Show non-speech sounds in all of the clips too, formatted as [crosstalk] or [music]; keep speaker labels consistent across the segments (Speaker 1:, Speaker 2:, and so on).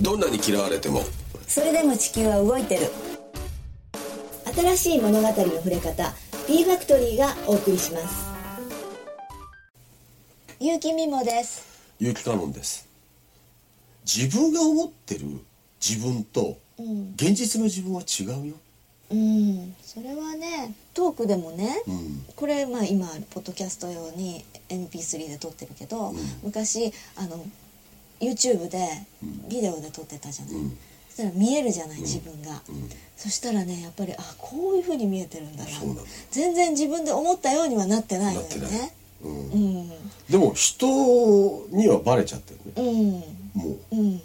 Speaker 1: どんなに嫌われても
Speaker 2: それでも地球は動いてる新しい物語の触れ方 B ファクトリーがお送りします結城美もです
Speaker 1: 結城かのんです自分が思ってる自分と
Speaker 2: うん
Speaker 1: 現実の自分は違うよ
Speaker 2: うんそれはねトークでもね、
Speaker 1: うん
Speaker 2: これまあ今ポッドキャスト用に MP3 で撮ってるけど、
Speaker 1: ん
Speaker 2: 昔あの YouTube でビデオで撮ってたじゃない、
Speaker 1: うん
Speaker 2: そしたら見えるじゃない自分が、
Speaker 1: ん
Speaker 2: そしたらねやっぱりあこういうふうに見えてるんだな
Speaker 1: そうなの
Speaker 2: 全然自分で思ったようにはなってないのよ
Speaker 1: なってない
Speaker 2: ね
Speaker 1: うん
Speaker 2: うん
Speaker 1: でも人にはバレちゃってるね
Speaker 2: うん
Speaker 1: もう
Speaker 2: うん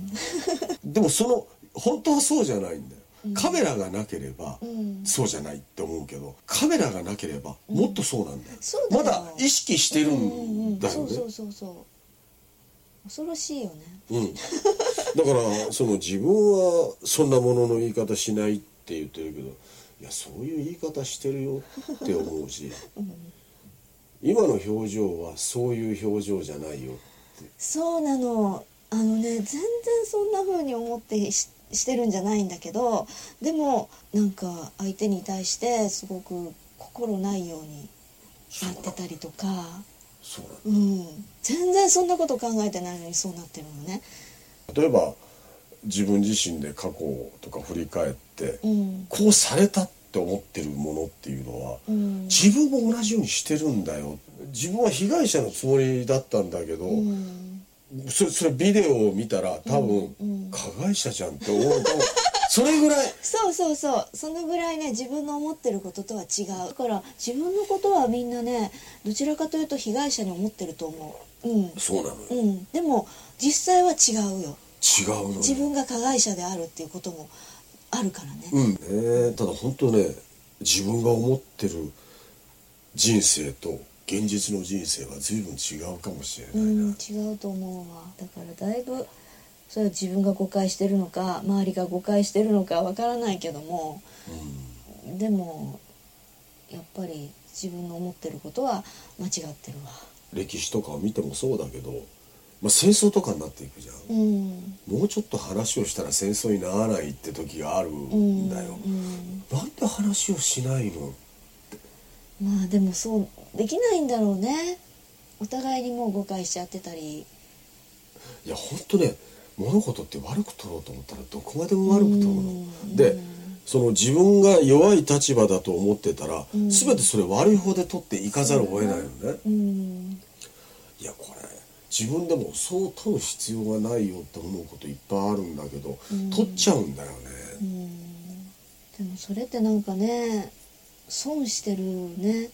Speaker 1: でもその本当はそうじゃないんだよ、カメラがなければ、
Speaker 2: ん
Speaker 1: そうじゃないって思うけどカメラがなければもっとそうなんだよ,、
Speaker 2: そうだよ
Speaker 1: まだ意識してるんだよね、
Speaker 2: そうそうそうそう恐ろしいよね
Speaker 1: うん、だからその自分はそんなものの言い方しないって言ってるけどいやそういう言い方してるよって思うし、今の表情はそういう表情じゃないよって
Speaker 2: そうなのあのね全然そんな風に思ってししてるんじゃないんだけどでもなんか相手に対してすごく心ないようになってたりとか
Speaker 1: そうなんだ
Speaker 2: うん全然そんなこと考えてないのにそうなってるのね
Speaker 1: 例えば自分自身で過去とか振り返って、
Speaker 2: うん
Speaker 1: こうされたって思ってるものっていうのは、
Speaker 2: うん
Speaker 1: 自分も同じようにしてるんだよ自分は被害者のつもりだったんだけど、
Speaker 2: うん
Speaker 1: それそれビデオを見たら多分、加害者じゃんって思うと [laughs] それぐらい
Speaker 2: そうそうそうそのぐらいね自分の思ってることとは違うだから自分のことはみんなねどちらかというと被害者に思ってると思ううん
Speaker 1: そうなのよ
Speaker 2: うんでも実際は違うよ
Speaker 1: 違うの
Speaker 2: 自
Speaker 1: よ、
Speaker 2: 分が加害者であるっていうこともあるからね、
Speaker 1: うんえーただ本当ね自分が思ってる人生と現実の人生は随分違うかもしれない、
Speaker 2: うん、違うと思うわだからだいぶそれは自分が誤解してるのか周りが誤解してるのかわからないけどもでもやっぱり自分の思ってることは間違ってるわ
Speaker 1: 歴史とかを見てもそうだけど、まあ、戦争とかになっていくじゃん、
Speaker 2: うん
Speaker 1: もうちょっと話をしたら戦争にならないって時があるんだよ、
Speaker 2: うん
Speaker 1: なんで話をしないの
Speaker 2: まあでもそうできないんだろうねお互いにもう誤解しちゃってたり
Speaker 1: いや本当ね物事って悪く取ろうと思ったらどこまでも悪く取るの
Speaker 2: うん
Speaker 1: でその自分が弱い立場だと思ってたら、
Speaker 2: ん
Speaker 1: 全てそれ悪い方で取っていかざるを得ないよね、
Speaker 2: うん
Speaker 1: いやこれ自分でもそう取る必要がないよって思うこといっぱいあるんだけど、取っちゃうんだよね、
Speaker 2: うんでもそれってなんかね損してるね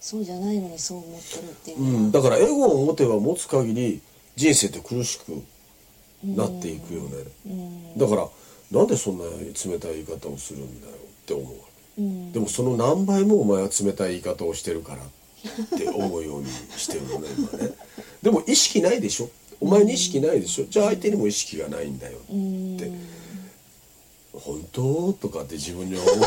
Speaker 2: そうじゃないのにそう思ってるっていう
Speaker 1: う
Speaker 2: のは
Speaker 1: ん、だからエゴを持てば持つ限り人生って苦しくなっていくよね、
Speaker 2: うん
Speaker 1: だからなんでそんな冷たい言い方をするんだよって思うわけ
Speaker 2: うん
Speaker 1: でもその何倍もお前は冷たい言い方をしてるからって思うようにしてるのね今ねでも意識ないでしょお前に意識ないでしょじゃあ相手にも意識がないんだよ
Speaker 2: うん
Speaker 1: って本当とかって自分に思う本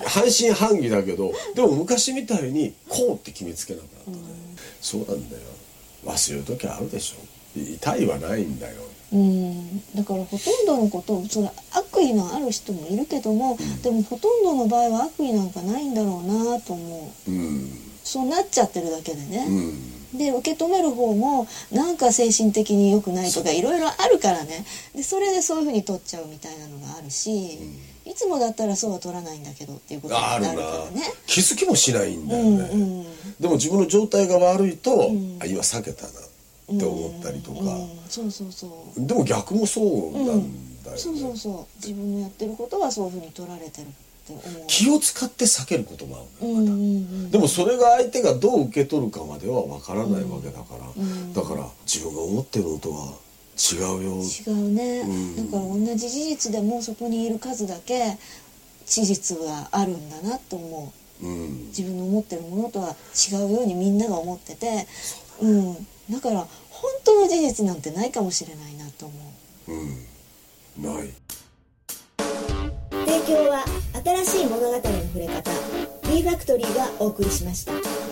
Speaker 1: 当半信半疑だけどでも昔みたいにこうって決めつけなくなったねそうなんだよ忘れる時あるでしょ痛いはないんだよ
Speaker 2: うんだからほとんどのことそれ悪意のある人もいるけども、でもほとんどの場合は悪意なんかないんだろうなと思う
Speaker 1: うん
Speaker 2: そうなっちゃってるだけでね、
Speaker 1: うん
Speaker 2: で受け止める方もなんか精神的に良くないとかいろいろあるからねでそれでそういうふうに取っちゃうみたいなのがあるし、いつもだったらそうは取らないんだけどっていうことに
Speaker 1: あ
Speaker 2: な
Speaker 1: る
Speaker 2: る
Speaker 1: な
Speaker 2: からね。
Speaker 1: 気づきもしないんだ
Speaker 2: う
Speaker 1: よね、
Speaker 2: んうん
Speaker 1: でも自分の状態が悪いと、
Speaker 2: ん
Speaker 1: あ今避けたなって思ったりとか、
Speaker 2: うんそうそうそう
Speaker 1: でも逆もそうなんだよ、ね
Speaker 2: そうそうそう自分のやってることはそういうふうに取られてるって思
Speaker 1: 気を使って避けることもあ
Speaker 2: う
Speaker 1: るの
Speaker 2: う
Speaker 1: よ
Speaker 2: ん
Speaker 1: ま
Speaker 2: う
Speaker 1: た、
Speaker 2: ん
Speaker 1: でもそれが相手がどう受け取るかまではわからないわけだから、
Speaker 2: ん
Speaker 1: だから自分が思ってるのとは違うよ、
Speaker 2: 違うね、
Speaker 1: うん
Speaker 2: だから同じ事実でもそこにいる数だけ事実があるんだなと思う
Speaker 1: うん、
Speaker 2: 自分の思ってるものとは違うようにみんなが思っててうんだから本当の事実なんてないかもしれないなと思う
Speaker 1: うん、ない
Speaker 2: 提供は新しい物語の触れ方 B ファクトリーがお送りしました